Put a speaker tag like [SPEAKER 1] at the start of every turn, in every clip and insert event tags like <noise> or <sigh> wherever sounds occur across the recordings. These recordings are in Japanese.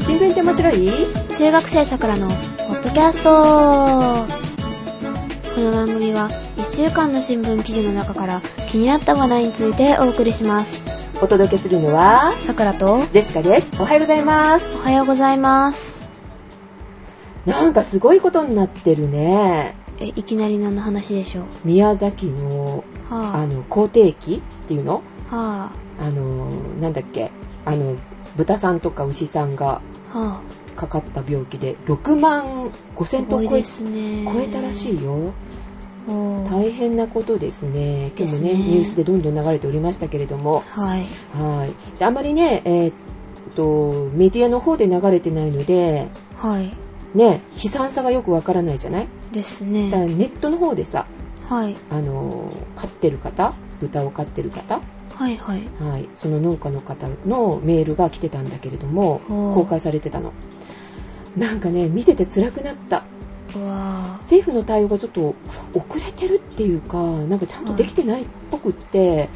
[SPEAKER 1] 新聞って面白い
[SPEAKER 2] 中学生さくらのポッドキャストこの番組は1週間の新聞記事の中から気になった話題についてお送りします
[SPEAKER 1] お届けするのは、
[SPEAKER 2] さくらと
[SPEAKER 1] ジェシカです。おはようございます。
[SPEAKER 2] おはようございます
[SPEAKER 1] なんかすごいことになってるね。
[SPEAKER 2] えいきなり何の話でしょう
[SPEAKER 1] 宮崎の、あ
[SPEAKER 2] は
[SPEAKER 1] の、皇帝駅っていうの
[SPEAKER 2] あは
[SPEAKER 1] あの、なんだっけあの、豚さんとか牛さんが
[SPEAKER 2] あはあ
[SPEAKER 1] かかった病気で6万5
[SPEAKER 2] す
[SPEAKER 1] 千
[SPEAKER 2] ご
[SPEAKER 1] 頭
[SPEAKER 2] い
[SPEAKER 1] 超え,、
[SPEAKER 2] ですね
[SPEAKER 1] 超えたらし
[SPEAKER 2] い
[SPEAKER 1] いよ。
[SPEAKER 2] おー
[SPEAKER 1] 大変なことですね。今日も
[SPEAKER 2] で
[SPEAKER 1] ね、
[SPEAKER 2] すね
[SPEAKER 1] ニュースでどんどん流れておりましたけれども。
[SPEAKER 2] はい
[SPEAKER 1] はい。であんまりね、えーっと、メディアの方で流れてないので、
[SPEAKER 2] はい
[SPEAKER 1] ね、悲惨さがよくわからないじゃない
[SPEAKER 2] です
[SPEAKER 1] だから
[SPEAKER 2] ね
[SPEAKER 1] ネットの方でさ、
[SPEAKER 2] はい
[SPEAKER 1] あのー飼ってる方、豚を飼ってる方、
[SPEAKER 2] はいはい
[SPEAKER 1] はい、その農家の方のメールが来てたんだけれども、
[SPEAKER 2] おー
[SPEAKER 1] 公開されてたの。なんかね、見てて辛くなった。
[SPEAKER 2] うわ
[SPEAKER 1] 政府の対応がちょっと遅れてるっていうか、なんかちゃんとできてないっぽくって、
[SPEAKER 2] はい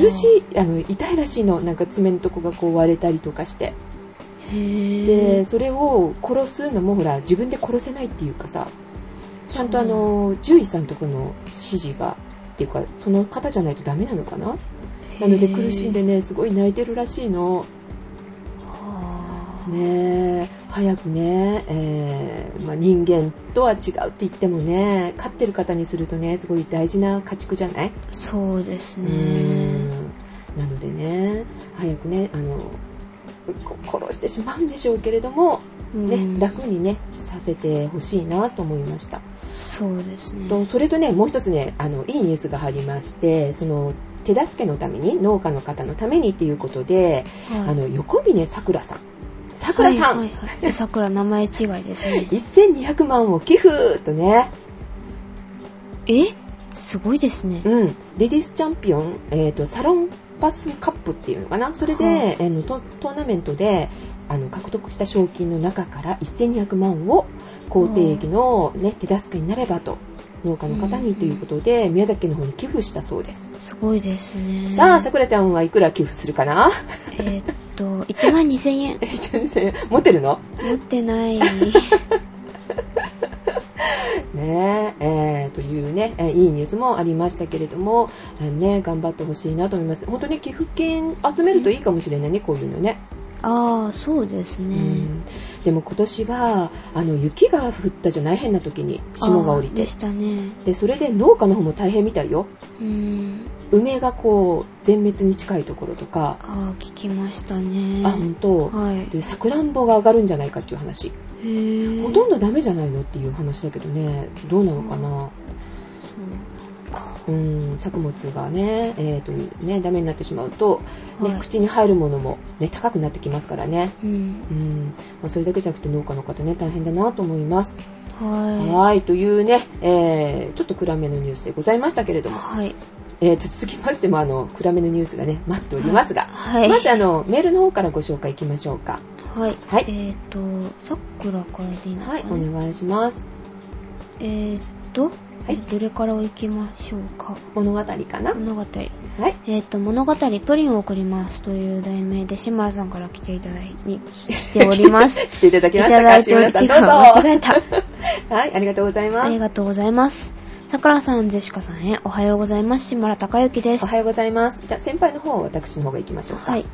[SPEAKER 1] 苦しい、あの、痛いらしいの。なんか爪のとこがこう割れたりとかして。
[SPEAKER 2] ーへ
[SPEAKER 1] で、
[SPEAKER 2] え
[SPEAKER 1] それを殺すのもほら、自分で殺せないっていうかさ、ちゃんとあ
[SPEAKER 2] そうな
[SPEAKER 1] の、獣医さんとこの指示が、っていうか、その方じゃないとダメなのかななので苦しんでね、すごい泣いてるらしいの。
[SPEAKER 2] はあ
[SPEAKER 1] ねえ、早くね、えーまあ、人間とは違うって言ってもね、飼ってる方にするとね、すごい大事な家畜じゃない
[SPEAKER 2] そうです
[SPEAKER 1] う
[SPEAKER 2] ね
[SPEAKER 1] ーんなのでね、早くね、あの、こ殺してしまうんでしょうけれども、
[SPEAKER 2] うん
[SPEAKER 1] ね、楽にね、させてほしいなと思いました。
[SPEAKER 2] そうですね
[SPEAKER 1] とそれとね、もう一つね、あの、いいニュースが入りまして、その、手助けのために、農家の方のためにっていうことで、
[SPEAKER 2] はい
[SPEAKER 1] あの、横峰さくらさん。さくらさん、
[SPEAKER 2] はいはいはい、さくら名前違いですね
[SPEAKER 1] !1200 万を寄付とね、
[SPEAKER 2] えすごいですね
[SPEAKER 1] うん、レディースチャンピオン、えー、とサロンパスカップっていうのかな、それで、
[SPEAKER 2] はい
[SPEAKER 1] あのトトーナメントであの獲得した賞金の中から1200万を公定益の、ね手助けになればと、農家の方
[SPEAKER 2] うんう
[SPEAKER 1] に
[SPEAKER 2] ん
[SPEAKER 1] ということで、宮崎県の方に寄付したそうです。
[SPEAKER 2] すごいですね
[SPEAKER 1] さあ、さくらちゃんはいくら寄付するか
[SPEAKER 2] <laughs>
[SPEAKER 1] な
[SPEAKER 2] えーっと1万2000円
[SPEAKER 1] えちょっとね持ってるの
[SPEAKER 2] 持ってない
[SPEAKER 1] <laughs> ねええーというね、えーいいニュースもありましたけれども、えーね、頑張ってほしいなと思います。本当に寄付金集めるといいかもしれないね、こういうのね。
[SPEAKER 2] ああそうです
[SPEAKER 1] う
[SPEAKER 2] ね、
[SPEAKER 1] んでも今年はあの雪が降ったじゃない変な時に霜が降り
[SPEAKER 2] あー
[SPEAKER 1] て
[SPEAKER 2] でしたね
[SPEAKER 1] でそれで農家の方も大変みたいよ
[SPEAKER 2] うん
[SPEAKER 1] 梅がこう全滅に近いところとか、
[SPEAKER 2] ああ聞きましたね
[SPEAKER 1] あ本当、
[SPEAKER 2] はい
[SPEAKER 1] でさくらんぼが上がるんじゃないかっていう話、
[SPEAKER 2] へー
[SPEAKER 1] ほとんどダメじゃないのっていう話だけどねどうなのかなうん作物がね,、えーとねダメになってしまうと、ね
[SPEAKER 2] はい
[SPEAKER 1] 口に入るものも、ね、高くなってきますからね
[SPEAKER 2] うん
[SPEAKER 1] うん、まあ、それだけじゃなくて農家の方ね大変だなと思います
[SPEAKER 2] は
[SPEAKER 1] はい、というね、えーちょっと暗めのニュースでございましたけれ
[SPEAKER 2] い
[SPEAKER 1] ども、
[SPEAKER 2] はい
[SPEAKER 1] えー続きましても、あの、暗めのニュースがね、待っておりますが、
[SPEAKER 2] はい
[SPEAKER 1] まず、あの、メールの方からご紹介いきましょうか。
[SPEAKER 2] はい、
[SPEAKER 1] はい
[SPEAKER 2] えーっとさくらからでいいんですか
[SPEAKER 1] はい、
[SPEAKER 2] ね、
[SPEAKER 1] お願いします。
[SPEAKER 2] えーっと、
[SPEAKER 1] い
[SPEAKER 2] どれから行きましょうか
[SPEAKER 1] 物語かな
[SPEAKER 2] 物語
[SPEAKER 1] はい。
[SPEAKER 2] えーっと物語プリンを送りますという題名で志村さんから来ていただいに来ておりま
[SPEAKER 1] <laughs>
[SPEAKER 2] す
[SPEAKER 1] 来ていただ
[SPEAKER 2] い
[SPEAKER 1] きましたた
[SPEAKER 2] だ
[SPEAKER 1] か、
[SPEAKER 2] い
[SPEAKER 1] 志
[SPEAKER 2] ており
[SPEAKER 1] 村
[SPEAKER 2] 違う
[SPEAKER 1] さん、どうぞ。
[SPEAKER 2] 間違えた
[SPEAKER 1] はい、ありがとうございま
[SPEAKER 2] あり
[SPEAKER 1] す。
[SPEAKER 2] がとうございますさくらさんジェシカさんへおはようございます志村貴之です
[SPEAKER 1] おはようございます。じゃあ、先輩の方、私の方が行きましょうか。
[SPEAKER 2] はい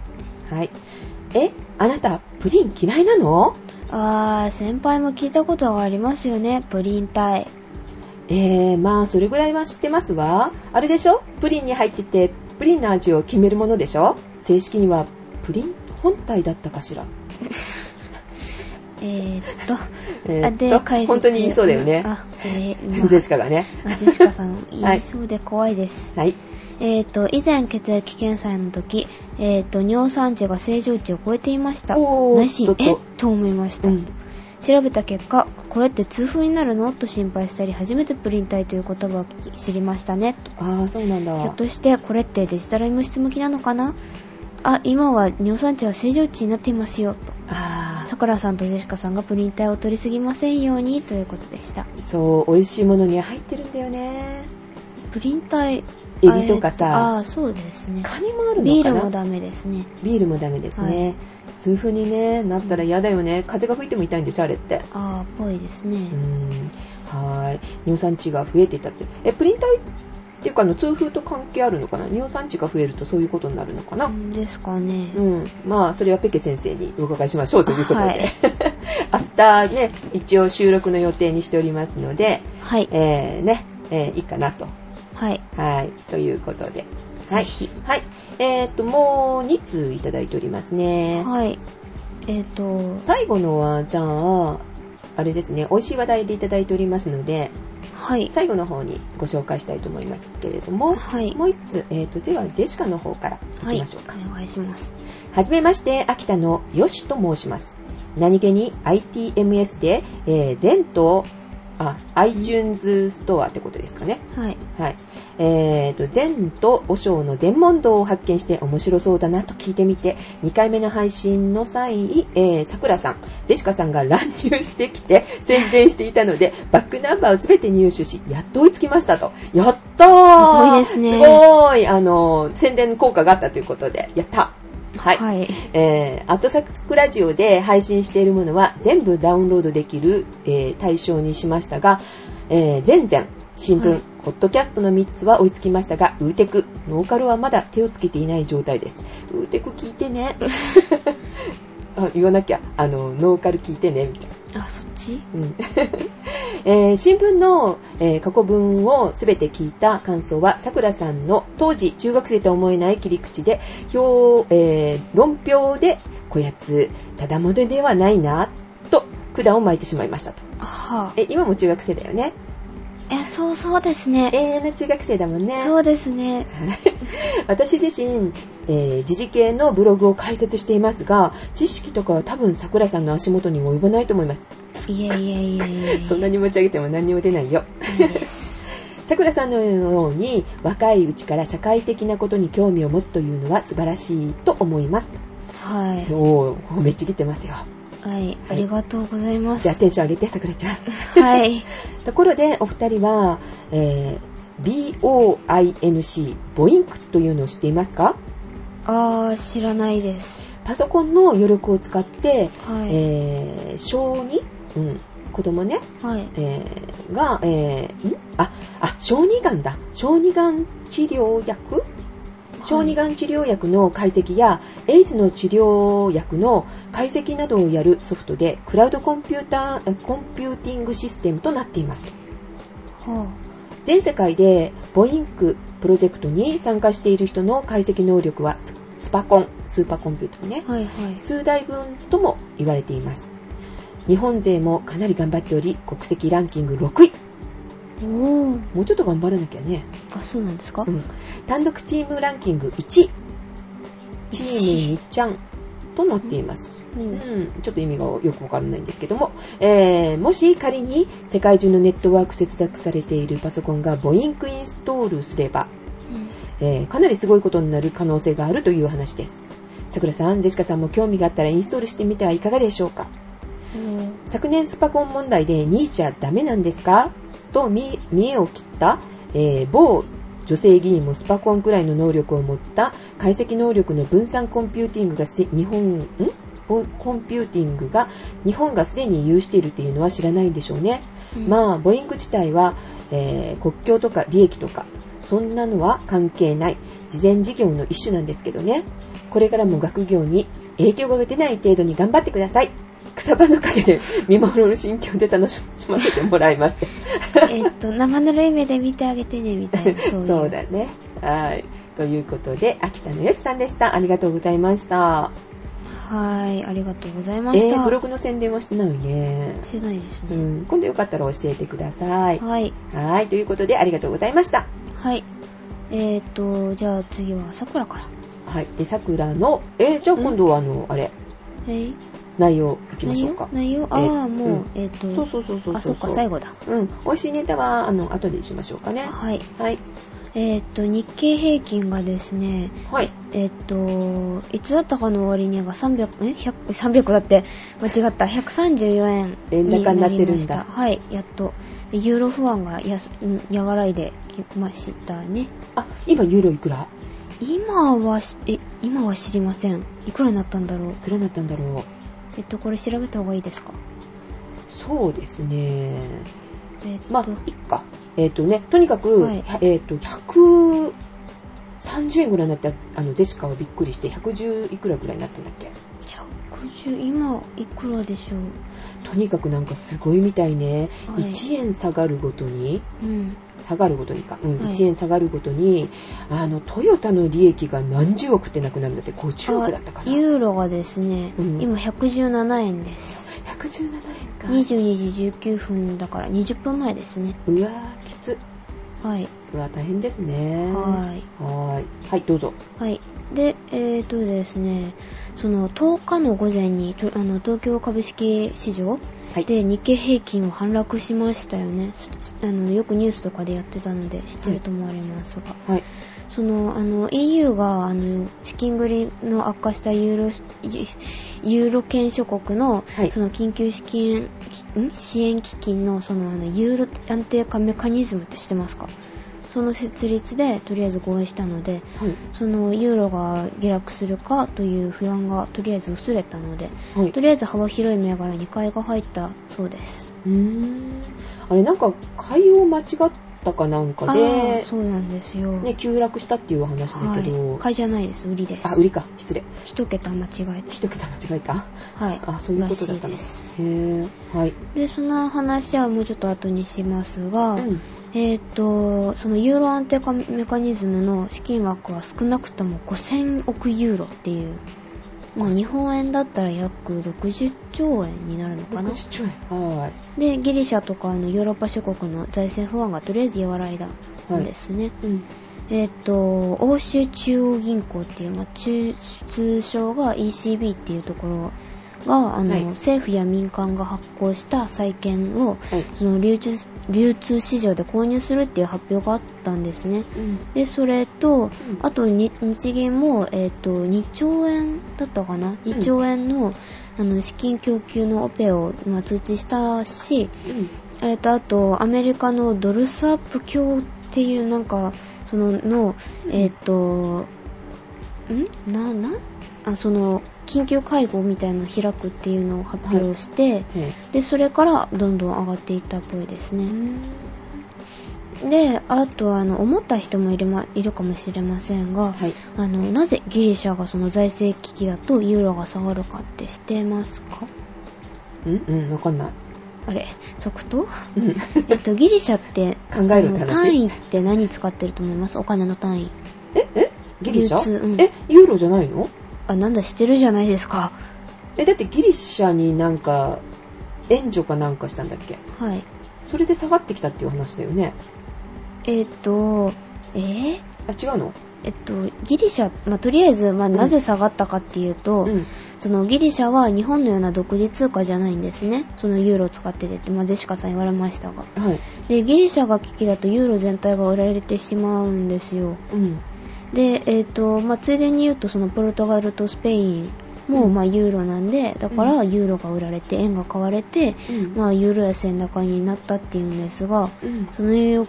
[SPEAKER 1] はい。え、あなた、プリン嫌いなの
[SPEAKER 2] あー先輩も聞いたことはありますよねプリン体
[SPEAKER 1] えー、まあ、それぐらいは知ってますわ。あれでしょプリンに入ってて、プリンの味を決めるものでしょ正式には、プリン本体だったかしら。
[SPEAKER 2] えーっと
[SPEAKER 1] え
[SPEAKER 2] あ
[SPEAKER 1] ーっと本当に言いそうだよね。
[SPEAKER 2] あ、えー
[SPEAKER 1] <laughs>
[SPEAKER 2] 今
[SPEAKER 1] ジェシカ
[SPEAKER 2] <laughs>
[SPEAKER 1] がね。
[SPEAKER 2] あジェシカ
[SPEAKER 1] <laughs>
[SPEAKER 2] さん言いそうで怖いです、
[SPEAKER 1] はい。
[SPEAKER 2] えー、と以前血液検査の時、えー、と尿酸値が正常値を超えていました
[SPEAKER 1] おー
[SPEAKER 2] 内心
[SPEAKER 1] ちょっと
[SPEAKER 2] えっと思いました、
[SPEAKER 1] うん
[SPEAKER 2] 調べた結果これって痛風になるのと心配したり初めてプリン体という言葉を聞き知りましたねと
[SPEAKER 1] ああ、そうなんだ。
[SPEAKER 2] ひょっとしてこれってデジタル医務室向きなのかなあ今は尿酸値は正常値になっていますよと
[SPEAKER 1] あ
[SPEAKER 2] さくらさんとジェシカさんがプリン体を取りすぎませんようにということでした
[SPEAKER 1] あ、そう、美味しいものに入ってるんだよね。
[SPEAKER 2] プリン体
[SPEAKER 1] エビとかさ、
[SPEAKER 2] あーそうですね
[SPEAKER 1] カニもあるの
[SPEAKER 2] ビー
[SPEAKER 1] か
[SPEAKER 2] ルも
[SPEAKER 1] な
[SPEAKER 2] ダメですね
[SPEAKER 1] ビールもダメですね、
[SPEAKER 2] は
[SPEAKER 1] 痛風に、ね、なったら嫌だよね風が吹いても痛いんでしょあれって
[SPEAKER 2] あーぽいですね、
[SPEAKER 1] うんはーい乳酸値が増えていたってえプリン体っていうかあの痛風と関係あるのかな乳酸値が増えるとそういうことになるのかな、
[SPEAKER 2] ですかね、
[SPEAKER 1] うん、まあそれはペケ先生にお伺いしましょうということで、
[SPEAKER 2] はい
[SPEAKER 1] <laughs> 明日ね一応収録の予定にしておりますので、
[SPEAKER 2] はい
[SPEAKER 1] えー、ね、えーいいかなと
[SPEAKER 2] はい
[SPEAKER 1] はいということでは
[SPEAKER 2] ぜ
[SPEAKER 1] い
[SPEAKER 2] ひ
[SPEAKER 1] はいえー、っともう2通いただいておりますね
[SPEAKER 2] はいえっ、と
[SPEAKER 1] 最後のはじゃああれですね美味しい話題でいただいておりますので
[SPEAKER 2] はい
[SPEAKER 1] 最後の方にご紹介したいと思いますけれども
[SPEAKER 2] はい
[SPEAKER 1] もう1つ、えー、っとではジェシカの方からいきましょうか、
[SPEAKER 2] お願いします
[SPEAKER 1] はじめまして、秋田のよしと申します。何気に ITMS で、えー、全島、あ、iTunes ストアってことですかね。
[SPEAKER 2] はい
[SPEAKER 1] はい。えーと、全と和尚の全問答を発見して面白そうだなと聞いてみて、2回目の配信の際、えー、桜さん、ジェシカさんが <laughs> 乱入してきて宣伝していたので、バックナンバーをすべて入手し、やっと追いつきましたと。やったー
[SPEAKER 2] すごいですね
[SPEAKER 1] すごーいあのー、宣伝効果があったということで、やったはい。
[SPEAKER 2] はい
[SPEAKER 1] えー、アットサクラジオで配信しているものは全部ダウンロードできる、えー対象にしましたが、えー、前々、新聞、
[SPEAKER 2] はい
[SPEAKER 1] ポッドキャストの3つは追いつきましたが、ウーテク、ノーカルはまだ手をつけていない状態です。ウーテク聞いて
[SPEAKER 2] <laughs>
[SPEAKER 1] ね。あ言わなきゃ、あの、ノーカル聞いてね、みたいな。
[SPEAKER 2] あそっち
[SPEAKER 1] うん <laughs> えー新聞の、えー過去文をすべて聞いた感想は、さくらさんの当時中学生とは思えない切り口で、表、えー論評で、こやつ、ただものではないな、と、管を巻いてしまいましたと。
[SPEAKER 2] はあ
[SPEAKER 1] え、今も中学生だよね。
[SPEAKER 2] えそうそうですね
[SPEAKER 1] 永遠の中学生だもんね。
[SPEAKER 2] そうですね
[SPEAKER 1] <laughs> 私自身、えー時事系のブログを開設していますが、知識とかは多分さくらさんの足元にも及ばないと思います。
[SPEAKER 2] いえいえいえいえいえ
[SPEAKER 1] <laughs> そんなに持ち上げても何にも出ないよ。
[SPEAKER 2] ないです
[SPEAKER 1] さくらさんのように若いうちから社会的なことに興味を持つというのは素晴らしいと思います。
[SPEAKER 2] はい
[SPEAKER 1] おー褒めちぎってますよ。
[SPEAKER 2] はい、ありがとうございま
[SPEAKER 1] じ
[SPEAKER 2] す。
[SPEAKER 1] ゃあテンション上げて、さくらちゃん。 <laughs>
[SPEAKER 2] はい。
[SPEAKER 1] ところで、お二人は、えー BOINC、ボインクというのを知っていますか
[SPEAKER 2] あー、知らないです。
[SPEAKER 1] パソコンの余力を使って、
[SPEAKER 2] はい。
[SPEAKER 1] えー小児、うん、子供ね、
[SPEAKER 2] はい。
[SPEAKER 1] えーが、えーんあ、あ、小児がんだ。小児がん治療薬小児がん治療薬の解析や、エイズの治療薬の解析などをやるソフトで、クラウドコンピューター、コンピューティングシステムとなっています。
[SPEAKER 2] は
[SPEAKER 1] 全世界で、ボインクプロジェクトに参加している人の解析能力は、ススパコン、スーパーコンピューターね、
[SPEAKER 2] あ、はいはい。
[SPEAKER 1] 数台分とも言われています。日本勢もかなり頑張っており、国籍ランキング6位。
[SPEAKER 2] おー。
[SPEAKER 1] もうちょっと頑張らなきゃね。
[SPEAKER 2] あ、そうなんですか、
[SPEAKER 1] うん単独チームランキング1位チーム2ちゃんとなっています、
[SPEAKER 2] う
[SPEAKER 1] うん
[SPEAKER 2] ん
[SPEAKER 1] ちょっと意味がよくわからないんですけども、えーもし仮に世界中のネットワーク接続されているパソコンがボインクインストールすれば、えーかなりすごいことになる可能性があるという話ですさくらさんジェシカさんも興味があったらインストールしてみてはいかがでしょうか
[SPEAKER 2] うんおー
[SPEAKER 1] 昨年スパコン問題で2位じゃダメなんですかと見見栄を切った、えー某女性議員もスパコンくらいの能力を持った解析能力の分散コンピューティングがせ日本んコンコンピューティングが日本がすでに有しているというのは知らないんでしょうね、
[SPEAKER 2] うん
[SPEAKER 1] まあボインク自体は、えー国境とか利益とかそんなのは関係ない事前事業の一種なんですけどねこれからも学業に影響が出ない程度に頑張ってください草場の陰で見守る心境で楽しませてもらいます
[SPEAKER 2] <laughs> えっと、生ぬるい目で見てあげてね、みた
[SPEAKER 1] <laughs>
[SPEAKER 2] いな。そういう
[SPEAKER 1] そうだねはいということで秋田のよしさんでしたありがとうございました
[SPEAKER 2] はい。ありがとうございまし
[SPEAKER 1] え
[SPEAKER 2] た。
[SPEAKER 1] ー、ブログの宣伝はしてないね
[SPEAKER 2] してないです
[SPEAKER 1] う
[SPEAKER 2] ね。
[SPEAKER 1] ん今度よかったら教えてください
[SPEAKER 2] はい。
[SPEAKER 1] はいということでありがとうございました
[SPEAKER 2] はい。えっ、と、じゃあ次は桜から。
[SPEAKER 1] はいえさくらのえーじゃあ今度はあのあれ
[SPEAKER 2] えい
[SPEAKER 1] 内容いきま
[SPEAKER 2] 内
[SPEAKER 1] しょう
[SPEAKER 2] 容
[SPEAKER 1] か
[SPEAKER 2] 内容
[SPEAKER 1] えー
[SPEAKER 2] あー、もう、
[SPEAKER 1] うん
[SPEAKER 2] えっ、と
[SPEAKER 1] そうそうそうそう
[SPEAKER 2] あ、そっか、最後だ。
[SPEAKER 1] うん美味しいネタはあの後でしましょうかね
[SPEAKER 2] はい。
[SPEAKER 1] はい
[SPEAKER 2] えーっと、日経平均がですね、
[SPEAKER 1] はい。
[SPEAKER 2] えーっと、いつだったかの終値が300、え ?100、300だって、間違った、134円
[SPEAKER 1] 円
[SPEAKER 2] に
[SPEAKER 1] 高にな
[SPEAKER 2] な
[SPEAKER 1] って
[SPEAKER 2] り
[SPEAKER 1] る
[SPEAKER 2] ま
[SPEAKER 1] ん
[SPEAKER 2] し
[SPEAKER 1] だ
[SPEAKER 2] た。はい、やっと。でユーロ不安がやすん和らいできましたね。
[SPEAKER 1] あ、今ユーロいくら
[SPEAKER 2] 今はし、え、今は知りません。いくらになったんだろう
[SPEAKER 1] い。くらになったんだろう。
[SPEAKER 2] えっと、これ調べた方がいいですか
[SPEAKER 1] そうですね。
[SPEAKER 2] えっと、
[SPEAKER 1] まあ、いっか。えっ、とね、とにかく、
[SPEAKER 2] はい
[SPEAKER 1] えっ、と、130円ぐらいになった、あの、ジェシカはびっくりして、110いくらぐらいになったんだっけ
[SPEAKER 2] 110、今、いくらでしょう
[SPEAKER 1] とにかくなんかすごいみたいね。
[SPEAKER 2] はい
[SPEAKER 1] 1円下がるごとに、
[SPEAKER 2] うん。
[SPEAKER 1] 下がるごとにか、うん、
[SPEAKER 2] はい
[SPEAKER 1] 1円下がるごとに、あの、トヨタの利益が何十億ってなくなるんだって、50億だったかな。
[SPEAKER 2] ユーロがですね、
[SPEAKER 1] うん
[SPEAKER 2] 今117円です。
[SPEAKER 1] 117円か。
[SPEAKER 2] 22時19分だから20分前ですね。
[SPEAKER 1] うわー、きつ。
[SPEAKER 2] はい。
[SPEAKER 1] うわ、大変ですね。
[SPEAKER 2] はい。
[SPEAKER 1] はーい。はい、どうぞ。
[SPEAKER 2] はい。で、えーとですね、その10日の午前にとあの東京株式市場
[SPEAKER 1] はい。
[SPEAKER 2] で日経平均を反落しましたよね。すあのよくニュースとかでやってたので知ってると思われますが。
[SPEAKER 1] はい。
[SPEAKER 2] そのあの EU があの資金繰りの悪化したユーロユユーロ圏諸国の,、
[SPEAKER 1] はい
[SPEAKER 2] その緊急資金きん支援基金のそのあのユーロ安定化メカニズムって知ってますかその設立でとりあえず合意したので
[SPEAKER 1] はい。
[SPEAKER 2] そのユーロが下落するかという不安がとりあえず薄れたので
[SPEAKER 1] はい
[SPEAKER 2] と。りあえず幅広い銘柄に買いが入ったそうです。
[SPEAKER 1] うーんあれなんか買いを間違ったかなんか
[SPEAKER 2] あー
[SPEAKER 1] で、
[SPEAKER 2] そうなんですよ。
[SPEAKER 1] ね、急落したっていうお話だけど、
[SPEAKER 2] はい、買いじゃないです売りです。
[SPEAKER 1] あ売りか失礼
[SPEAKER 2] 一桁間違えて。
[SPEAKER 1] 一桁間違えた
[SPEAKER 2] はい。
[SPEAKER 1] あそういうことだったの
[SPEAKER 2] らしいです。
[SPEAKER 1] へーはい、
[SPEAKER 2] で、その話はもうちょっと後にしますが、
[SPEAKER 1] うん
[SPEAKER 2] えーっと、そのユーロ安定化メカニズムの資金枠は少なくとも5000億ユーロっていう、まあ日本円だったら約60兆円になるのかな。
[SPEAKER 1] 60兆円は
[SPEAKER 2] で、ギリシャとかあのヨーロッパ諸国の財政不安がとりあえず和らいだんです
[SPEAKER 1] い、
[SPEAKER 2] ね。
[SPEAKER 1] うん
[SPEAKER 2] えーっと、欧州中央銀行っていう、まあ、中通称が ECB っていうところが、あの、
[SPEAKER 1] はい
[SPEAKER 2] 政府や民間が発行した債券を、
[SPEAKER 1] はい
[SPEAKER 2] その流通、流通市場で購入するっていう発表があったんですね。
[SPEAKER 1] うん
[SPEAKER 2] で、それと
[SPEAKER 1] ん、
[SPEAKER 2] あとに日銀も、えーっと、2兆円だったかな ?2 兆円の、あの、資金供給のオペを、まあ、通知したし、えっと、あと、アメリカのドルスアップ教っていう、なんか、その、の、
[SPEAKER 1] うん
[SPEAKER 2] えっと、んな、なあ、その、緊急会合みたいなの開くっていうのを発表して、
[SPEAKER 1] うんへ
[SPEAKER 2] で、それからどんどん上がっていったっぽいです
[SPEAKER 1] ー
[SPEAKER 2] ね。で、あと、あの、思った人もいる,、ま、いるかもしれませんが、
[SPEAKER 1] はい
[SPEAKER 2] あの、なぜギリシャがその財政危機だとユーロが下がるかって知ってますか
[SPEAKER 1] うんうんわかんない、
[SPEAKER 2] あれ、即答
[SPEAKER 1] うん、
[SPEAKER 2] えっと、ギリシャって、
[SPEAKER 1] 考えろって話
[SPEAKER 2] あの単位って何使ってると思いますお金の単位。
[SPEAKER 1] <laughs> ええギリシ
[SPEAKER 2] 流通
[SPEAKER 1] ャ、
[SPEAKER 2] うん
[SPEAKER 1] えユーロじゃないの
[SPEAKER 2] あ、なんだ、知ってるじゃないですか。
[SPEAKER 1] えだってギリシャになんか援助かなんかしたんだっけ
[SPEAKER 2] はい。
[SPEAKER 1] それで下がってきたっていう話だよね
[SPEAKER 2] えっと、えー
[SPEAKER 1] あ違うの
[SPEAKER 2] えっと、ギリシャ、まあ、とりあえず、まあ、
[SPEAKER 1] ん
[SPEAKER 2] なぜ下がったかっていうと、
[SPEAKER 1] うん
[SPEAKER 2] そのギリシャは日本のような独自通貨じゃないんですね。そのユーロを使っててって、まあ、ジェシカさん言われましたが。
[SPEAKER 1] はい
[SPEAKER 2] で、ギリシャが危機だとユーロ全体が売られてしまうんですよ。
[SPEAKER 1] うん
[SPEAKER 2] で、えっ、と、まあ、ついでに言うと、そのポルトガルとスペインも、
[SPEAKER 1] うん
[SPEAKER 2] まあ、ユーロなんで、だから、ユーロが売られて、円が買われて、
[SPEAKER 1] うん
[SPEAKER 2] まあ、ユーロ安円高になったっていうんですが、
[SPEAKER 1] うん
[SPEAKER 2] そのニューヨー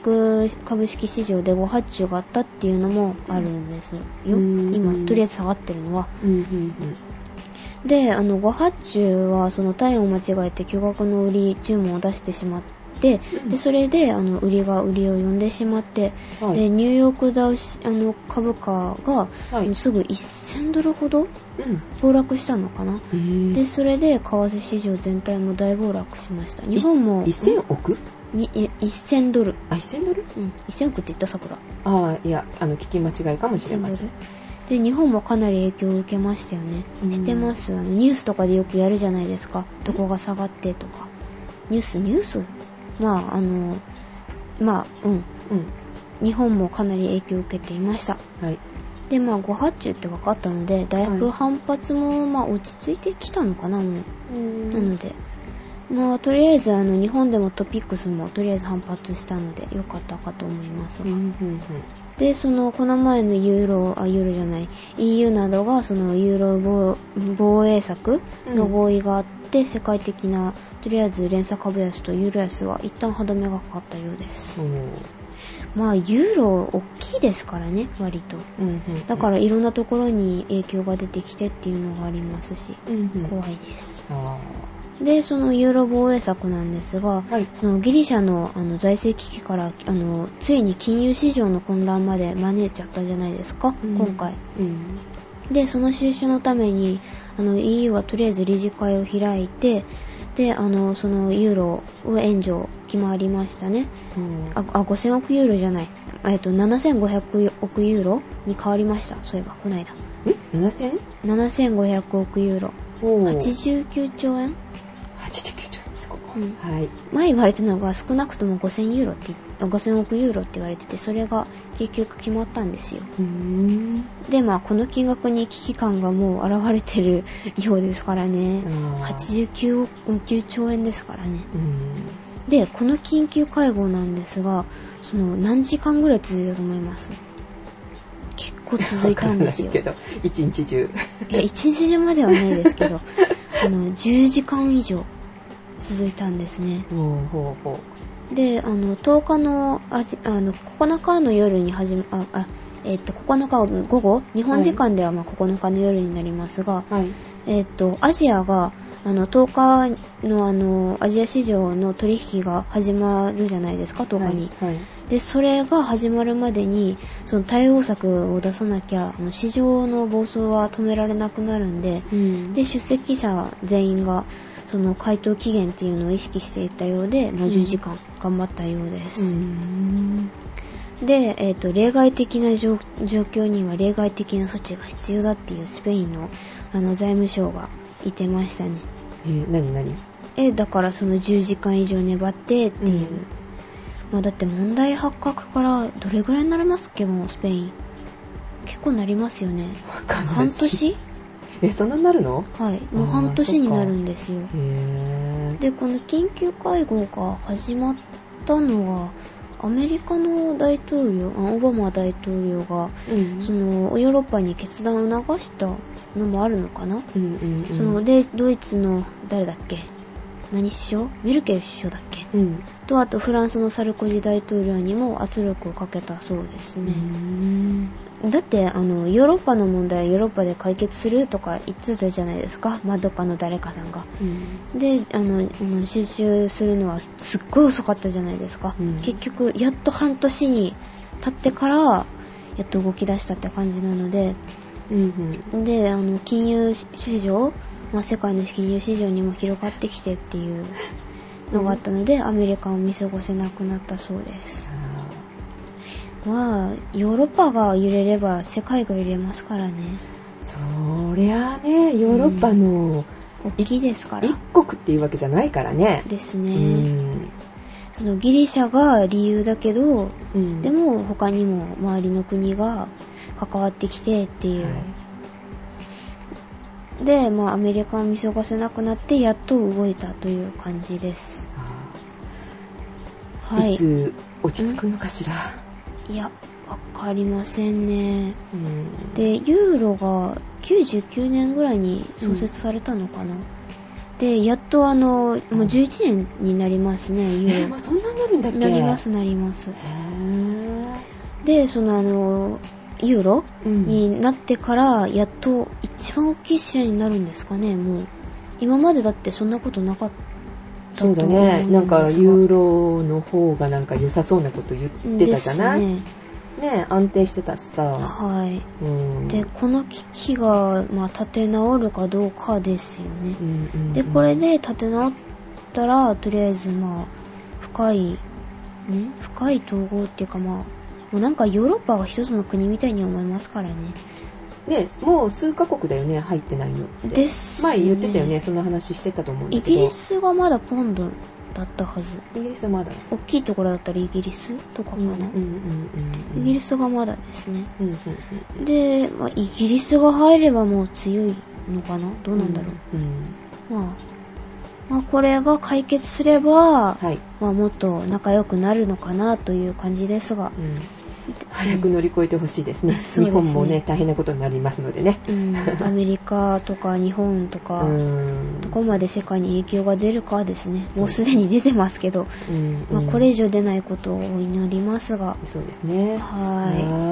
[SPEAKER 2] ク株式市場で誤発注があったっていうのもあるんですよ。
[SPEAKER 1] うん
[SPEAKER 2] 今、とりあえず下がってるのは。
[SPEAKER 1] うんうん
[SPEAKER 2] で、あの、誤発注は、その単位を間違えて巨額の売り注文を出してしまって、
[SPEAKER 1] うん
[SPEAKER 2] で、それで、あの、売りが売りを呼んでしまって、
[SPEAKER 1] うんはい
[SPEAKER 2] で、ニューヨークダウしあの、株価が、
[SPEAKER 1] はいうん
[SPEAKER 2] すぐ1000ドルほど暴落したのかな。
[SPEAKER 1] へー
[SPEAKER 2] で、それで、為替市場全体も大暴落しました。日本も、
[SPEAKER 1] い1000億
[SPEAKER 2] にえ1000ドル。
[SPEAKER 1] あ1000ドル
[SPEAKER 2] うん、1000億って言った桜。
[SPEAKER 1] ああいやあの聞き間違いかもしれません
[SPEAKER 2] で、日本もかなり影響を受けましたよね
[SPEAKER 1] う。ん
[SPEAKER 2] 知ってますあの、ニュースとかでよくやるじゃないですか。どこが下がってとか。ニュース、ニュースまあ、あの、まあ、うん。
[SPEAKER 1] うん
[SPEAKER 2] 日本もかなり影響を受けていました。
[SPEAKER 1] はい
[SPEAKER 2] で、まあ、誤発注って分かったので、だいぶ反発も、まあ、落ち着いてきたのかな、もう。なので、まあ、とりあえず、あの、日本でもトピックスも、とりあえず反発したので、良かったかと思います
[SPEAKER 1] うん
[SPEAKER 2] が。
[SPEAKER 1] うんうん、
[SPEAKER 2] で、その、この前のユーロ、あ、ユーロじゃない、EU などが、その、ユーロ防防衛策の合意があって、世界的な、とりあえず連鎖株安とユーロ安は一旦歯止めがかかったようです。まあ、ユーロ大きいですからね、割と。だかららいろんなところに影響が出てきてっていうのがありますし、
[SPEAKER 1] うんうん
[SPEAKER 2] 怖いです。
[SPEAKER 1] あ
[SPEAKER 2] で、そのユーロ防衛策なんですが、
[SPEAKER 1] ーはい。
[SPEAKER 2] そのギリシャのあの財政危機からあのついに金融市場の混乱まで招いちゃったじゃないですか、
[SPEAKER 1] うん
[SPEAKER 2] 今回。
[SPEAKER 1] うん。
[SPEAKER 2] で、その収拾のためにあの EU はとりあえず理事会を開いて、で、あの、そのユーロを援助決まりましたね。
[SPEAKER 1] うん
[SPEAKER 2] あ、あ5000億ユーロじゃない。えっと、7500億ユーロに変わりました。そういえば、こないだ。
[SPEAKER 1] ん ?7000?
[SPEAKER 2] 7500億ユーロ。
[SPEAKER 1] おー
[SPEAKER 2] 89兆円
[SPEAKER 1] 89兆円すごい、
[SPEAKER 2] うん
[SPEAKER 1] はい。
[SPEAKER 2] 前言われてたのが少なくとも5000ユーロって、あ5000億ユーロって言われてて、それが結局決まったんですよ。
[SPEAKER 1] うーん。
[SPEAKER 2] で、まあ、この金額に危機感がもう現れてるようですからね。
[SPEAKER 1] あー
[SPEAKER 2] 89億9兆円ですからね。
[SPEAKER 1] うん。
[SPEAKER 2] で、この緊急会合なんですが、その何時間ぐらい続いたと思います結構続いたんですよ
[SPEAKER 1] わ。かんないけど、一日中。
[SPEAKER 2] いや、一日中まではないです
[SPEAKER 1] <laughs>
[SPEAKER 2] けど、あの、10時間以上続いたんですね。
[SPEAKER 1] ほうほうほ
[SPEAKER 2] で、あの、10日の、あじあの、9日の夜に始め、あ、あ、えっと、9日午後、日本時間ではまあ9日の夜になりますが、
[SPEAKER 1] う。はい。
[SPEAKER 2] えっと、アジアが、あの、10日のあの、アジア市場の取引が始まるじゃないですか、10日に。
[SPEAKER 1] はい。はい
[SPEAKER 2] で、それが始まるまでに、その対応策を出さなきゃ、あの、市場の暴走は止められなくなるんで、
[SPEAKER 1] うん
[SPEAKER 2] で、出席者全員が、その回答期限っていうのを意識していたようで、まあ、
[SPEAKER 1] うん
[SPEAKER 2] 10時間頑張ったようで
[SPEAKER 1] うー
[SPEAKER 2] す。
[SPEAKER 1] ん。
[SPEAKER 2] で、えっ、と、例外的な状状況には例外的な措置が必要だっていうスペインの、あの、財務省が言ってましたね。
[SPEAKER 1] えー、何何
[SPEAKER 2] え、だからその10時間以上粘ってっていう。
[SPEAKER 1] うん
[SPEAKER 2] まあ、だって問題発覚からどれぐらいになりますっけ、もうスペイン。結構なりますよね。
[SPEAKER 1] わかんない。
[SPEAKER 2] 半年
[SPEAKER 1] え、そんなになるの
[SPEAKER 2] はい。もう半年になるんですよ。
[SPEAKER 1] へー。
[SPEAKER 2] でこの緊急会合が始まったのはアメリカの大統領あオバマ大統領が
[SPEAKER 1] うん
[SPEAKER 2] そのヨーロッパに決断を促したのもあるのかな、
[SPEAKER 1] うんうんうん。
[SPEAKER 2] その、でドイツの誰だっけ何首相メルケル首相だっけ
[SPEAKER 1] うん。
[SPEAKER 2] とあとフランスのサルコジ大統領にも圧力をかけたそうです
[SPEAKER 1] う
[SPEAKER 2] ね、
[SPEAKER 1] ん。
[SPEAKER 2] だってあのヨーロッパの問題はヨーロッパで解決するとか言ってたじゃないですかまあどっかの誰かさんが
[SPEAKER 1] うん
[SPEAKER 2] であのあの収集するのはすすっごい遅かったじゃないですか、
[SPEAKER 1] うん
[SPEAKER 2] 結局やっと半年に経ってからやっと動き出したって感じなので
[SPEAKER 1] うん
[SPEAKER 2] であの金融市場、まあ、世界の金融市場にも広がってきてっていうのがあったので、アメリカを見過ごせなくなったそうです
[SPEAKER 1] あ
[SPEAKER 2] まあヨーロッパが揺れれば世界が揺れますからね
[SPEAKER 1] ーそりゃあねヨーロッパの
[SPEAKER 2] 大きいですから
[SPEAKER 1] 一国っていうわけじゃないからね。
[SPEAKER 2] ですね、
[SPEAKER 1] うん
[SPEAKER 2] そのギリシャが理由だけど
[SPEAKER 1] うん
[SPEAKER 2] でも他にも周りの国が関わってきてっていう、
[SPEAKER 1] は、
[SPEAKER 2] で、まあ、アメリカを見過ごせなくなってやっと動いたという感じですはいい
[SPEAKER 1] いつ落ち着くのかしら、
[SPEAKER 2] いやわかりませんね
[SPEAKER 1] うん
[SPEAKER 2] でユーロが99年ぐらいに創設されたのかな、でやっとあのもう11年になりますねユ
[SPEAKER 1] えー
[SPEAKER 2] ー
[SPEAKER 1] まあ、
[SPEAKER 2] ロ
[SPEAKER 1] そんなになるんだっけ
[SPEAKER 2] なりますなります
[SPEAKER 1] へー
[SPEAKER 2] でそのあのユーロ
[SPEAKER 1] うん
[SPEAKER 2] になってからやっと一番大きい試合になるんですかねもう今までだってそんなことなかった
[SPEAKER 1] そ
[SPEAKER 2] と思
[SPEAKER 1] うだ
[SPEAKER 2] んです
[SPEAKER 1] ねなんかユーロの方がなんか良さそうなこと言ってたじゃない
[SPEAKER 2] です
[SPEAKER 1] ね
[SPEAKER 2] ね
[SPEAKER 1] 安定してたしさ、
[SPEAKER 2] は
[SPEAKER 1] うん、
[SPEAKER 2] いでこの危機が、まあ、立て直るかどうかですよね
[SPEAKER 1] うんうんうん
[SPEAKER 2] でこれで立て直ったらとりあえずまあ深いん深い統合っていうかまあもうなんかヨーロッパが一つの国みたいに思いますからね
[SPEAKER 1] でもう数カ国だよね入ってないのって
[SPEAKER 2] です
[SPEAKER 1] 前言ってたよねその話してたと思うんだ
[SPEAKER 2] イ
[SPEAKER 1] けど
[SPEAKER 2] ギリスがまだポンドだったはず
[SPEAKER 1] イギリスはまだ
[SPEAKER 2] 大きいところだったらイギリスとかか
[SPEAKER 1] うんうんう
[SPEAKER 2] な、
[SPEAKER 1] んうん
[SPEAKER 2] イギリスがまだですね
[SPEAKER 1] うんうんうん
[SPEAKER 2] で、まあ、イギリスが入ればもう強いのかなどうなんだろう、
[SPEAKER 1] うん、
[SPEAKER 2] まあ、まあこれが解決すれば、
[SPEAKER 1] はい、
[SPEAKER 2] まあ、もっと仲良くなるのかなという感じですが
[SPEAKER 1] うん早く乗り越えてほしいですね。
[SPEAKER 2] そう
[SPEAKER 1] 日
[SPEAKER 2] ですね
[SPEAKER 1] 本もね、大変なことになりますのでね。
[SPEAKER 2] うん、
[SPEAKER 1] <laughs>
[SPEAKER 2] アメリカとか日本と
[SPEAKER 1] う
[SPEAKER 2] か、
[SPEAKER 1] ん
[SPEAKER 2] どこまで世界に影響が出るかですね。
[SPEAKER 1] そう
[SPEAKER 2] もうすでに出てますけど、
[SPEAKER 1] うん
[SPEAKER 2] まあ、これ以上出ないことをお祈りますが、
[SPEAKER 1] そうですね。
[SPEAKER 2] は
[SPEAKER 1] は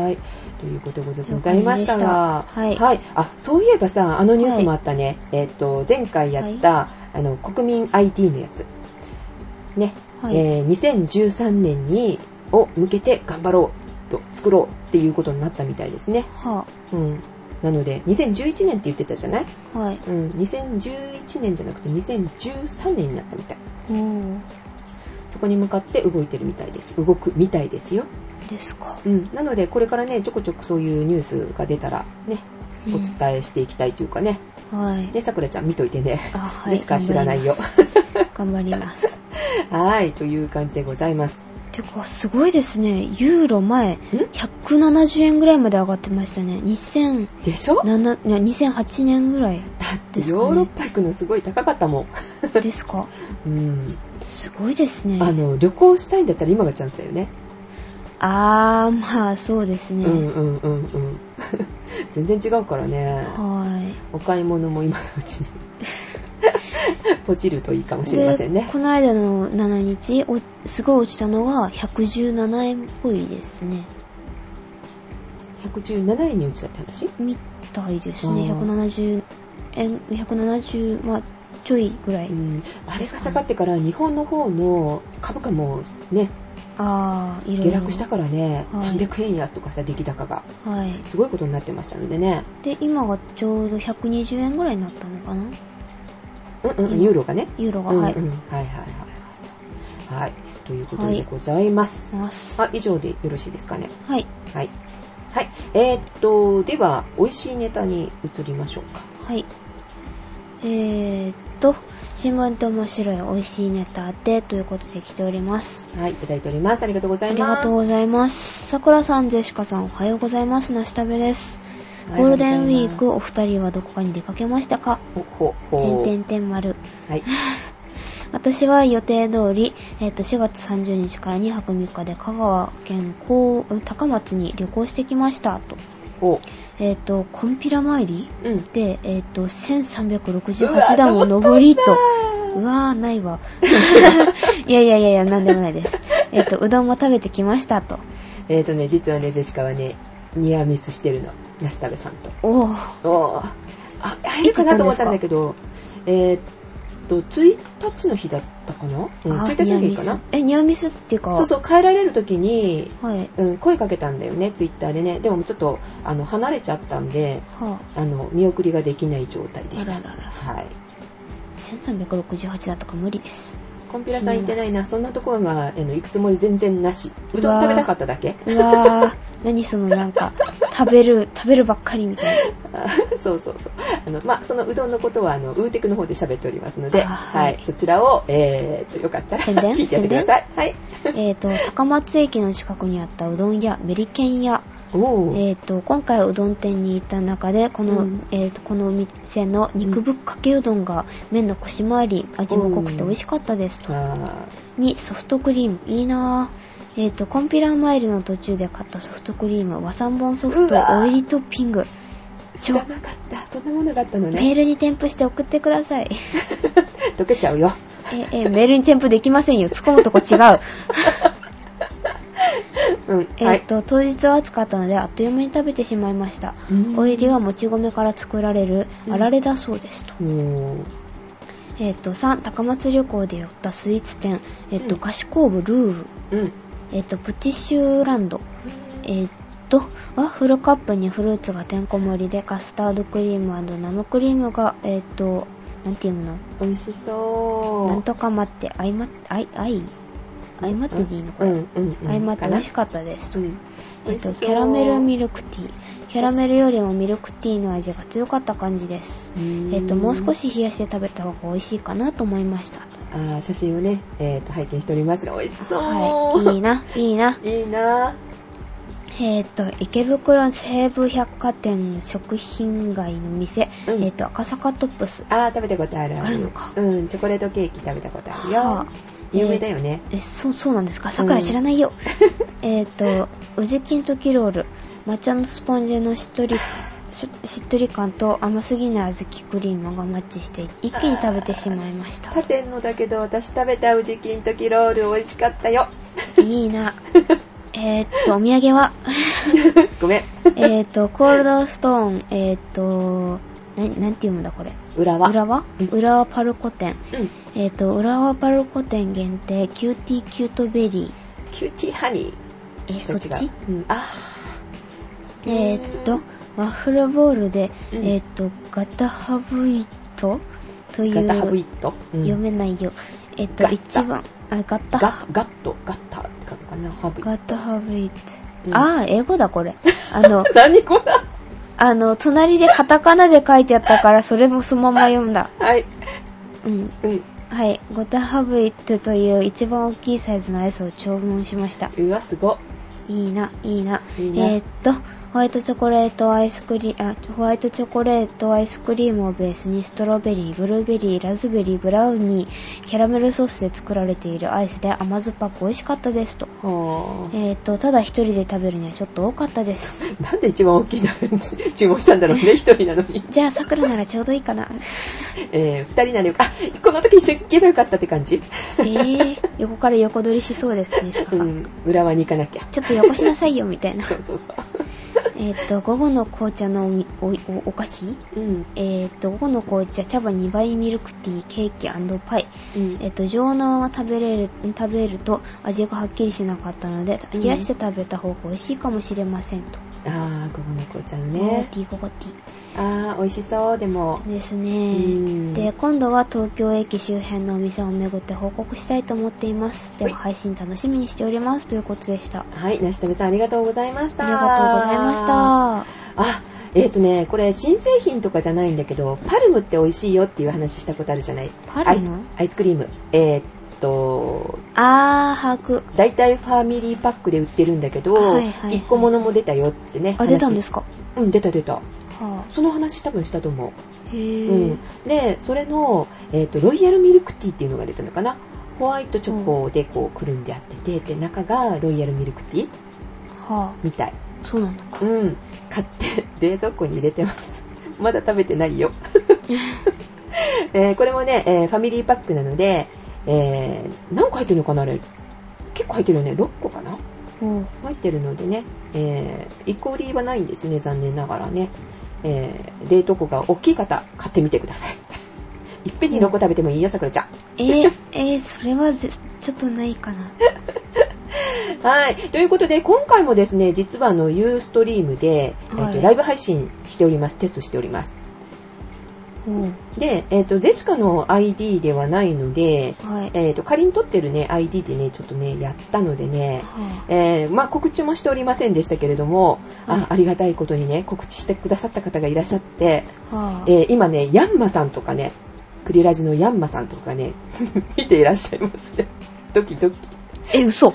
[SPEAKER 1] ーい。ということでございましたが、
[SPEAKER 2] という感じでした
[SPEAKER 1] はい。あ、そういえばさ、あのニュースもあったね。えっと、前回やった、あの、国民 ID のやつ。ね。
[SPEAKER 2] い。はい。
[SPEAKER 1] えー2013年に、を向けて頑張ろうと、作ろうっていうことになったみたいですね。
[SPEAKER 2] は
[SPEAKER 1] うん。なので、2011年って言ってたじゃない
[SPEAKER 2] あ、はい。
[SPEAKER 1] うん。2011年じゃなくて2013年になったみたい。
[SPEAKER 2] おー
[SPEAKER 1] そこに向かって動いてるみたいです。動くみたいですよ。
[SPEAKER 2] ですか。
[SPEAKER 1] うん、なのでこれからねちょこちょこそういうニュースが出たらねお伝えしていきたいというかね、
[SPEAKER 2] はい。
[SPEAKER 1] ねさくらちゃん見といてね、
[SPEAKER 2] あ、は
[SPEAKER 1] でしか知らないよ。
[SPEAKER 2] 頑張ります。 <laughs>
[SPEAKER 1] はいという感じでございます
[SPEAKER 2] てか、すごいですね。ユーロ前、170円ぐらいまで上がってましたね。2007
[SPEAKER 1] でしょだ
[SPEAKER 2] いや2008年ぐらい
[SPEAKER 1] って
[SPEAKER 2] ですかね
[SPEAKER 1] ヨーロッパ行くのすごい高かったもん、
[SPEAKER 2] です
[SPEAKER 1] <laughs>
[SPEAKER 2] か。
[SPEAKER 1] うん、
[SPEAKER 2] すごいですね。
[SPEAKER 1] あの旅行したいんだったら今がチャンスだよね
[SPEAKER 2] あー、まあ、そうですね。
[SPEAKER 1] うんうんうんうん <laughs> 全然違うからね
[SPEAKER 2] は
[SPEAKER 1] お買い物も今のう
[SPEAKER 2] <laughs>
[SPEAKER 1] ちにポチるといいかも
[SPEAKER 2] い。
[SPEAKER 1] しれませんね
[SPEAKER 2] この間の7日、おすごい落ちたのが117円っぽいですね。
[SPEAKER 1] 117円に落ちたって話
[SPEAKER 2] みたいですね。
[SPEAKER 1] あー
[SPEAKER 2] 170円、170、まあ、ちょいぐらい。
[SPEAKER 1] うんあれが下がってから日本の方の株価もね
[SPEAKER 2] あー、いろいろ。
[SPEAKER 1] 下落したからね、
[SPEAKER 2] はい
[SPEAKER 1] 300円安とかさ出来高が
[SPEAKER 2] はい。
[SPEAKER 1] すごいことになってましたのでね、
[SPEAKER 2] で、今がちょうど120円ぐらいになったのかな
[SPEAKER 1] うんうんうん、ユーロがね、
[SPEAKER 2] ユーロ
[SPEAKER 1] うん
[SPEAKER 2] が、
[SPEAKER 1] うん、は
[SPEAKER 2] はいい
[SPEAKER 1] はい。はいはいはいということでございます、
[SPEAKER 2] ます。
[SPEAKER 1] あ以上でよろしいですかね
[SPEAKER 2] はい。
[SPEAKER 1] はいはいえー、っとでは美味しいネタに移りましょうか
[SPEAKER 2] はい。えーっと、新聞と面白い美味しいネタでということで来ております。
[SPEAKER 1] はいいただいておりますありがとうござ
[SPEAKER 2] あ
[SPEAKER 1] い
[SPEAKER 2] り
[SPEAKER 1] ます
[SPEAKER 2] がとうございます。さくらさん、ゼシカさん、おはようございます。なしたべです。
[SPEAKER 1] はい
[SPEAKER 2] ゴールデンウィー
[SPEAKER 1] あ
[SPEAKER 2] ク、お二人はどこかに出かけましたか
[SPEAKER 1] りがとうございますほほ
[SPEAKER 2] てん
[SPEAKER 1] ほ
[SPEAKER 2] てんてん丸。
[SPEAKER 1] はい
[SPEAKER 2] 私は予定通り、えっ、と、4月30日から2泊3日で香川県高高松に旅行してきました、と。
[SPEAKER 1] ほ
[SPEAKER 2] えっ、と、コンピラ参り
[SPEAKER 1] ううん
[SPEAKER 2] で、えっ、と、1368段を登りと。うわー、ないわ。 <laughs> いやいやいやいや、なんでもないです。えっ、と、うどんも食べてきました、と。
[SPEAKER 1] えーとね、実はね、ジェシカはね、ニアミスしてるの。なしたべさんと。
[SPEAKER 2] おー、
[SPEAKER 1] おーあ、入るかなと思ったんだけど、えーっと、1日の日だったかな、うん、
[SPEAKER 2] あ
[SPEAKER 1] ?1 日の日か
[SPEAKER 2] ニアミ
[SPEAKER 1] な
[SPEAKER 2] スえ、ニアミスっていうか、
[SPEAKER 1] そうそう、帰られる時に、
[SPEAKER 2] はい。
[SPEAKER 1] うん、声かけたんだよね、ツイッターでね。でもちょっと、あの、離れちゃったんで、
[SPEAKER 2] は
[SPEAKER 1] あの、見送りができない状態
[SPEAKER 2] ぁ、
[SPEAKER 1] でした。
[SPEAKER 2] あららら。
[SPEAKER 1] はい。
[SPEAKER 2] 1368だとか無理です。
[SPEAKER 1] コンピュラさん行ってないな。そんなところは、あの、行くつもり全然なし。うどん食べたかっただけ。
[SPEAKER 2] うわー、何そのなんか、食べる、食べるばっかりみたい
[SPEAKER 1] <laughs> そうそうそう。あの、まあ、そのうどんのことは、あの、ウーテクの方で喋っておりますので、
[SPEAKER 2] あ
[SPEAKER 1] は
[SPEAKER 2] はい
[SPEAKER 1] い、そちらを、えーっと、よかったら、
[SPEAKER 2] 宣
[SPEAKER 1] <laughs>
[SPEAKER 2] 伝
[SPEAKER 1] 聞いてやってください。はい。
[SPEAKER 2] な。えっと、高松駅の近くにあったうどん屋、メリケン屋。
[SPEAKER 1] おー。
[SPEAKER 2] えっと、今回うどん店に行った中で、この、
[SPEAKER 1] うん
[SPEAKER 2] えっと、このお店の肉ぶっかけうどんが麺のコシもあり、味も濃くて美味しかったですと。
[SPEAKER 1] あ
[SPEAKER 2] に、ソフトクリーム、いいなぁ。えっと、コンピラマイルの途中で買ったソフトクリーム、和三本ソフ
[SPEAKER 1] う
[SPEAKER 2] ト、
[SPEAKER 1] わぁ
[SPEAKER 2] オイルトッピング。
[SPEAKER 1] ー知らなかった。そんなものがあったのね。
[SPEAKER 2] メールに添付して送ってください。
[SPEAKER 1] 溶けちゃうよ。
[SPEAKER 2] え、え、メールに添付できませんよ。突っ込むとこ違う。
[SPEAKER 1] うん。は
[SPEAKER 2] え
[SPEAKER 1] い。
[SPEAKER 2] っと、当日は暑かったので、あっという間に食べてしまいました。
[SPEAKER 1] うん
[SPEAKER 2] お入りはもち米から作られる
[SPEAKER 1] うん
[SPEAKER 2] あられだそうですと。
[SPEAKER 1] うん。
[SPEAKER 2] えっと、3、高松旅行で寄ったスイーツ店、えっと、
[SPEAKER 1] うん
[SPEAKER 2] 菓子工部ルール、
[SPEAKER 1] うん。
[SPEAKER 2] えっと、プチシューランド、えっと、ワッフルカップにフルーツがてんこ盛りで、カスタードクリーム生クリームが、えっと、なんていうの
[SPEAKER 1] 美味しそう。
[SPEAKER 2] なんとか待って、あいま、あい、あい、あいまってでいいのこ
[SPEAKER 1] う
[SPEAKER 2] れ。
[SPEAKER 1] んうんうん。
[SPEAKER 2] あいまって美味し
[SPEAKER 1] く。
[SPEAKER 2] かったですと
[SPEAKER 1] う。ん。
[SPEAKER 2] えっと、キャラメルミルクティー。キャラメ
[SPEAKER 1] ル。
[SPEAKER 2] ルよりもミルクティーの味が強かった感じです。えっと、もう少。し冷やして食べた方が美味しいかなと思いました。
[SPEAKER 1] あー写真をね、えーっと、拝見しておりますが、美味しそう。
[SPEAKER 2] はい。いいな、いいな。
[SPEAKER 1] いいな
[SPEAKER 2] えっと、池袋西武百貨店食品街の店。
[SPEAKER 1] うん
[SPEAKER 2] えっと、赤坂トップス。
[SPEAKER 1] あー食べたことある
[SPEAKER 2] あるのか
[SPEAKER 1] うんチョコレートケーキ食べたことあるよ
[SPEAKER 2] はあ
[SPEAKER 1] 有名だよね。
[SPEAKER 2] えそうそうなんですかさくら知らないよ、えっとウジキントキロール抹茶のスポンジのしっとりししっとり感と甘すぎない小豆クリームがマッチして一気に食べてしまいました
[SPEAKER 1] 他店のだけど私食べたウジキントキロール美味しかった
[SPEAKER 2] <laughs>
[SPEAKER 1] よ。
[SPEAKER 2] い
[SPEAKER 1] <laughs>
[SPEAKER 2] いなえーっとお土産は
[SPEAKER 1] ごめん。
[SPEAKER 2] えーっとコールドストーンえーっとななんて読むんだこれ
[SPEAKER 1] 裏は。
[SPEAKER 2] 浦和
[SPEAKER 1] うん
[SPEAKER 2] 浦和パルコ店
[SPEAKER 1] うん。
[SPEAKER 2] えっ、と、浦和パルコ店限定、キューティーキュートベリー。
[SPEAKER 1] キューティーハニー。
[SPEAKER 2] えー、そっち
[SPEAKER 1] 違ううん、あー
[SPEAKER 2] えっ、と、ワッフルボールで、
[SPEAKER 1] うん
[SPEAKER 2] えっ、と、ガタハブイトという、
[SPEAKER 1] ガタハブイット。うん
[SPEAKER 2] 読めないよ。えっ、
[SPEAKER 1] ガッ
[SPEAKER 2] と、
[SPEAKER 1] タ
[SPEAKER 2] 一番、あ、ガタ
[SPEAKER 1] ガ
[SPEAKER 2] ハ、
[SPEAKER 1] ガット、ガッタって書くかな、ハブイット。
[SPEAKER 2] ガタハブイト。
[SPEAKER 1] うん
[SPEAKER 2] あー、英語だこれ。あの、
[SPEAKER 1] <laughs>
[SPEAKER 2] <laughs>
[SPEAKER 1] 何こだ
[SPEAKER 2] あの、隣でカタカナで書いてあったから、それもそのまま読んだ。
[SPEAKER 1] はい。
[SPEAKER 2] うん。
[SPEAKER 1] うん。
[SPEAKER 2] はい。ゴタハブイトという一番大きいサイズのアイスを注文しました。
[SPEAKER 1] うわ、すご。
[SPEAKER 2] いいな、いいな。
[SPEAKER 1] いいね
[SPEAKER 2] えーっと、ホワイトチョコレートアイスクリあ、ホワイトチョコレートアイスクリームをベースにストロベリー、ブルーベリー、ラズベリー、ブラウニー、キャラメルソースで作られているアイスで甘酸っぱく美味しかったですと。
[SPEAKER 1] は
[SPEAKER 2] えーっと、ただ一人で食べるにはちょっと多かったです。
[SPEAKER 1] あ。なんで一番大きいの <laughs> 注文したんだろうね、一人なのに。
[SPEAKER 2] じゃあ、桜ならちょうどいいか
[SPEAKER 1] <laughs>
[SPEAKER 2] な。
[SPEAKER 1] えー、二人ならよか、あ、この時一緒に行けばよかったって感じ
[SPEAKER 2] えー、横から横取りしそうですね、しか
[SPEAKER 1] う
[SPEAKER 2] さん。
[SPEAKER 1] ん、浦和に行かなきゃ。
[SPEAKER 2] <laughs> ちょっとよこしなさいよ、みたいな。
[SPEAKER 1] そうそうそ
[SPEAKER 2] えーっと、午後の紅茶のおみおおお菓子
[SPEAKER 1] う。うん。
[SPEAKER 2] えー、と、午後の紅茶、茶葉2倍ミルクティー、ケーキパイ。
[SPEAKER 1] うん
[SPEAKER 2] えっ、と、常温のまま食べれる、食べると味がはっきりしなかったので、
[SPEAKER 1] うん
[SPEAKER 2] 冷やして食べた方が美味しいかもしれませんと。
[SPEAKER 1] あー、ここの紅茶の
[SPEAKER 2] ゴゴ
[SPEAKER 1] ね。
[SPEAKER 2] ティー、ゴゴテ
[SPEAKER 1] あー、美味しそう、でも
[SPEAKER 2] ィー。。です
[SPEAKER 1] うん
[SPEAKER 2] ね。で、今度は東京駅周辺のお店を巡って報告したいと思っています。で
[SPEAKER 1] は
[SPEAKER 2] は、
[SPEAKER 1] い
[SPEAKER 2] 配信楽しみにしております。ということでした。あ
[SPEAKER 1] はい、なしとめさんありがとうございました。
[SPEAKER 2] りがとうございまし。た。
[SPEAKER 1] あ、えっ、とね、これ新製品とかじゃないんだけど、パルムって美味しいよっていう話したことあるじゃない。
[SPEAKER 2] パ
[SPEAKER 1] アイ
[SPEAKER 2] ル
[SPEAKER 1] ス
[SPEAKER 2] ム
[SPEAKER 1] アイスクリーム。えーっと、
[SPEAKER 2] あー、把握。
[SPEAKER 1] 大体ファミリーパックで売ってるんだけど、
[SPEAKER 2] はいはいはい
[SPEAKER 1] 1個ものも出たよってね。
[SPEAKER 2] あ、出たんですすか
[SPEAKER 1] うん、出た出た。
[SPEAKER 2] は
[SPEAKER 1] その話多分したと思
[SPEAKER 2] ぁ。へ
[SPEAKER 1] う。
[SPEAKER 2] ぇ、
[SPEAKER 1] うん。で、それの、えーっと、ロイヤルミルクティーっていうのが出たのかな。ホワイトチョコでこうくるんであってて、で、中がロイヤルミルクティー
[SPEAKER 2] は
[SPEAKER 1] みたい。
[SPEAKER 2] ぁ。そうなのか。
[SPEAKER 1] うん、買って <laughs> 冷蔵庫に入れてます。 <laughs> まだ食べてない <laughs> よ。えーこれもね、えーファミリーパックなので、えー何個入ってるのかなあれ結構入ってるよね。6個かな
[SPEAKER 2] ほう
[SPEAKER 1] 入ってるのでね、えー、1個売りはないんですよね、残念ながらね。えー冷凍庫が大きい方、買ってみてください。いっ <laughs> ぺんに6個食べてもいいよ、さくらちゃん。
[SPEAKER 2] え
[SPEAKER 1] <laughs>
[SPEAKER 2] ー、えー、それはぜちょっとないかな。
[SPEAKER 1] はい。ということで、今回もですね、実はあの、ユーストリームで、えー
[SPEAKER 2] は
[SPEAKER 1] と
[SPEAKER 2] い
[SPEAKER 1] ライブ配信しております。テストしております。
[SPEAKER 2] うん。
[SPEAKER 1] で、えっ、と、ジェシカの ID ではないので、
[SPEAKER 2] はい。
[SPEAKER 1] えっ、と、仮に撮ってるね、ID でね、ちょっとね、やったのでね、
[SPEAKER 2] は
[SPEAKER 1] えーまあ、告知もしておりませんでしたけれども、
[SPEAKER 2] はい
[SPEAKER 1] あ、ありがたいことにね、告知してくださった方がいらっしゃって、
[SPEAKER 2] あ、はあ、
[SPEAKER 1] えー今ね、ヤンマさんとかね、クリラジのヤンマさんとかね、 <laughs> 見ていらっしゃいますね。 <laughs> ドキドキ。
[SPEAKER 2] え、嘘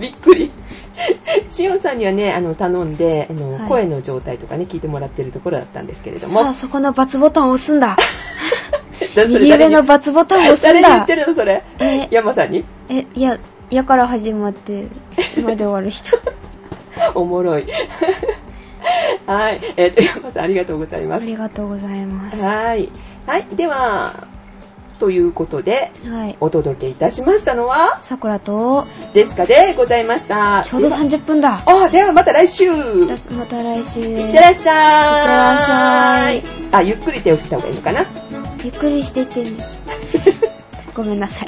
[SPEAKER 1] びっくり。 <laughs> シオンさんにはね、あの、頼んで、あの、
[SPEAKER 2] はい
[SPEAKER 1] 声の状態とかね、聞いてもらってるところだったんですけれども、 <laughs>
[SPEAKER 2] さあ、そこの×ボタンを押すんだ。
[SPEAKER 1] 誰に
[SPEAKER 2] 右上の×ボタンを押す
[SPEAKER 1] 誰
[SPEAKER 2] ん
[SPEAKER 1] に言っ
[SPEAKER 2] だ
[SPEAKER 1] て。るのそれ。
[SPEAKER 2] え、
[SPEAKER 1] ヤンマさんに <laughs>
[SPEAKER 2] え、いや、やから始まって、まで終わる人。
[SPEAKER 1] <laughs> おもろい。 <laughs> はい。えっ、と、ヤンマさんありがとうござい
[SPEAKER 2] あ
[SPEAKER 1] ます。
[SPEAKER 2] りがとうございます。は
[SPEAKER 1] はい。はい。では、ということで、
[SPEAKER 2] い。
[SPEAKER 1] お届けいたしましたのは、
[SPEAKER 2] さくらと、
[SPEAKER 1] ジェシカでございました。
[SPEAKER 2] ちょうど
[SPEAKER 1] では
[SPEAKER 2] 30分だ。
[SPEAKER 1] あ、ではまた来週いっ
[SPEAKER 2] らまた来週です。
[SPEAKER 1] てらっしゃーい。
[SPEAKER 2] いってらっし
[SPEAKER 1] あ、ゆっくり手を振った方がいいのかな
[SPEAKER 2] ゆっくりしていってね。ごめんなさい。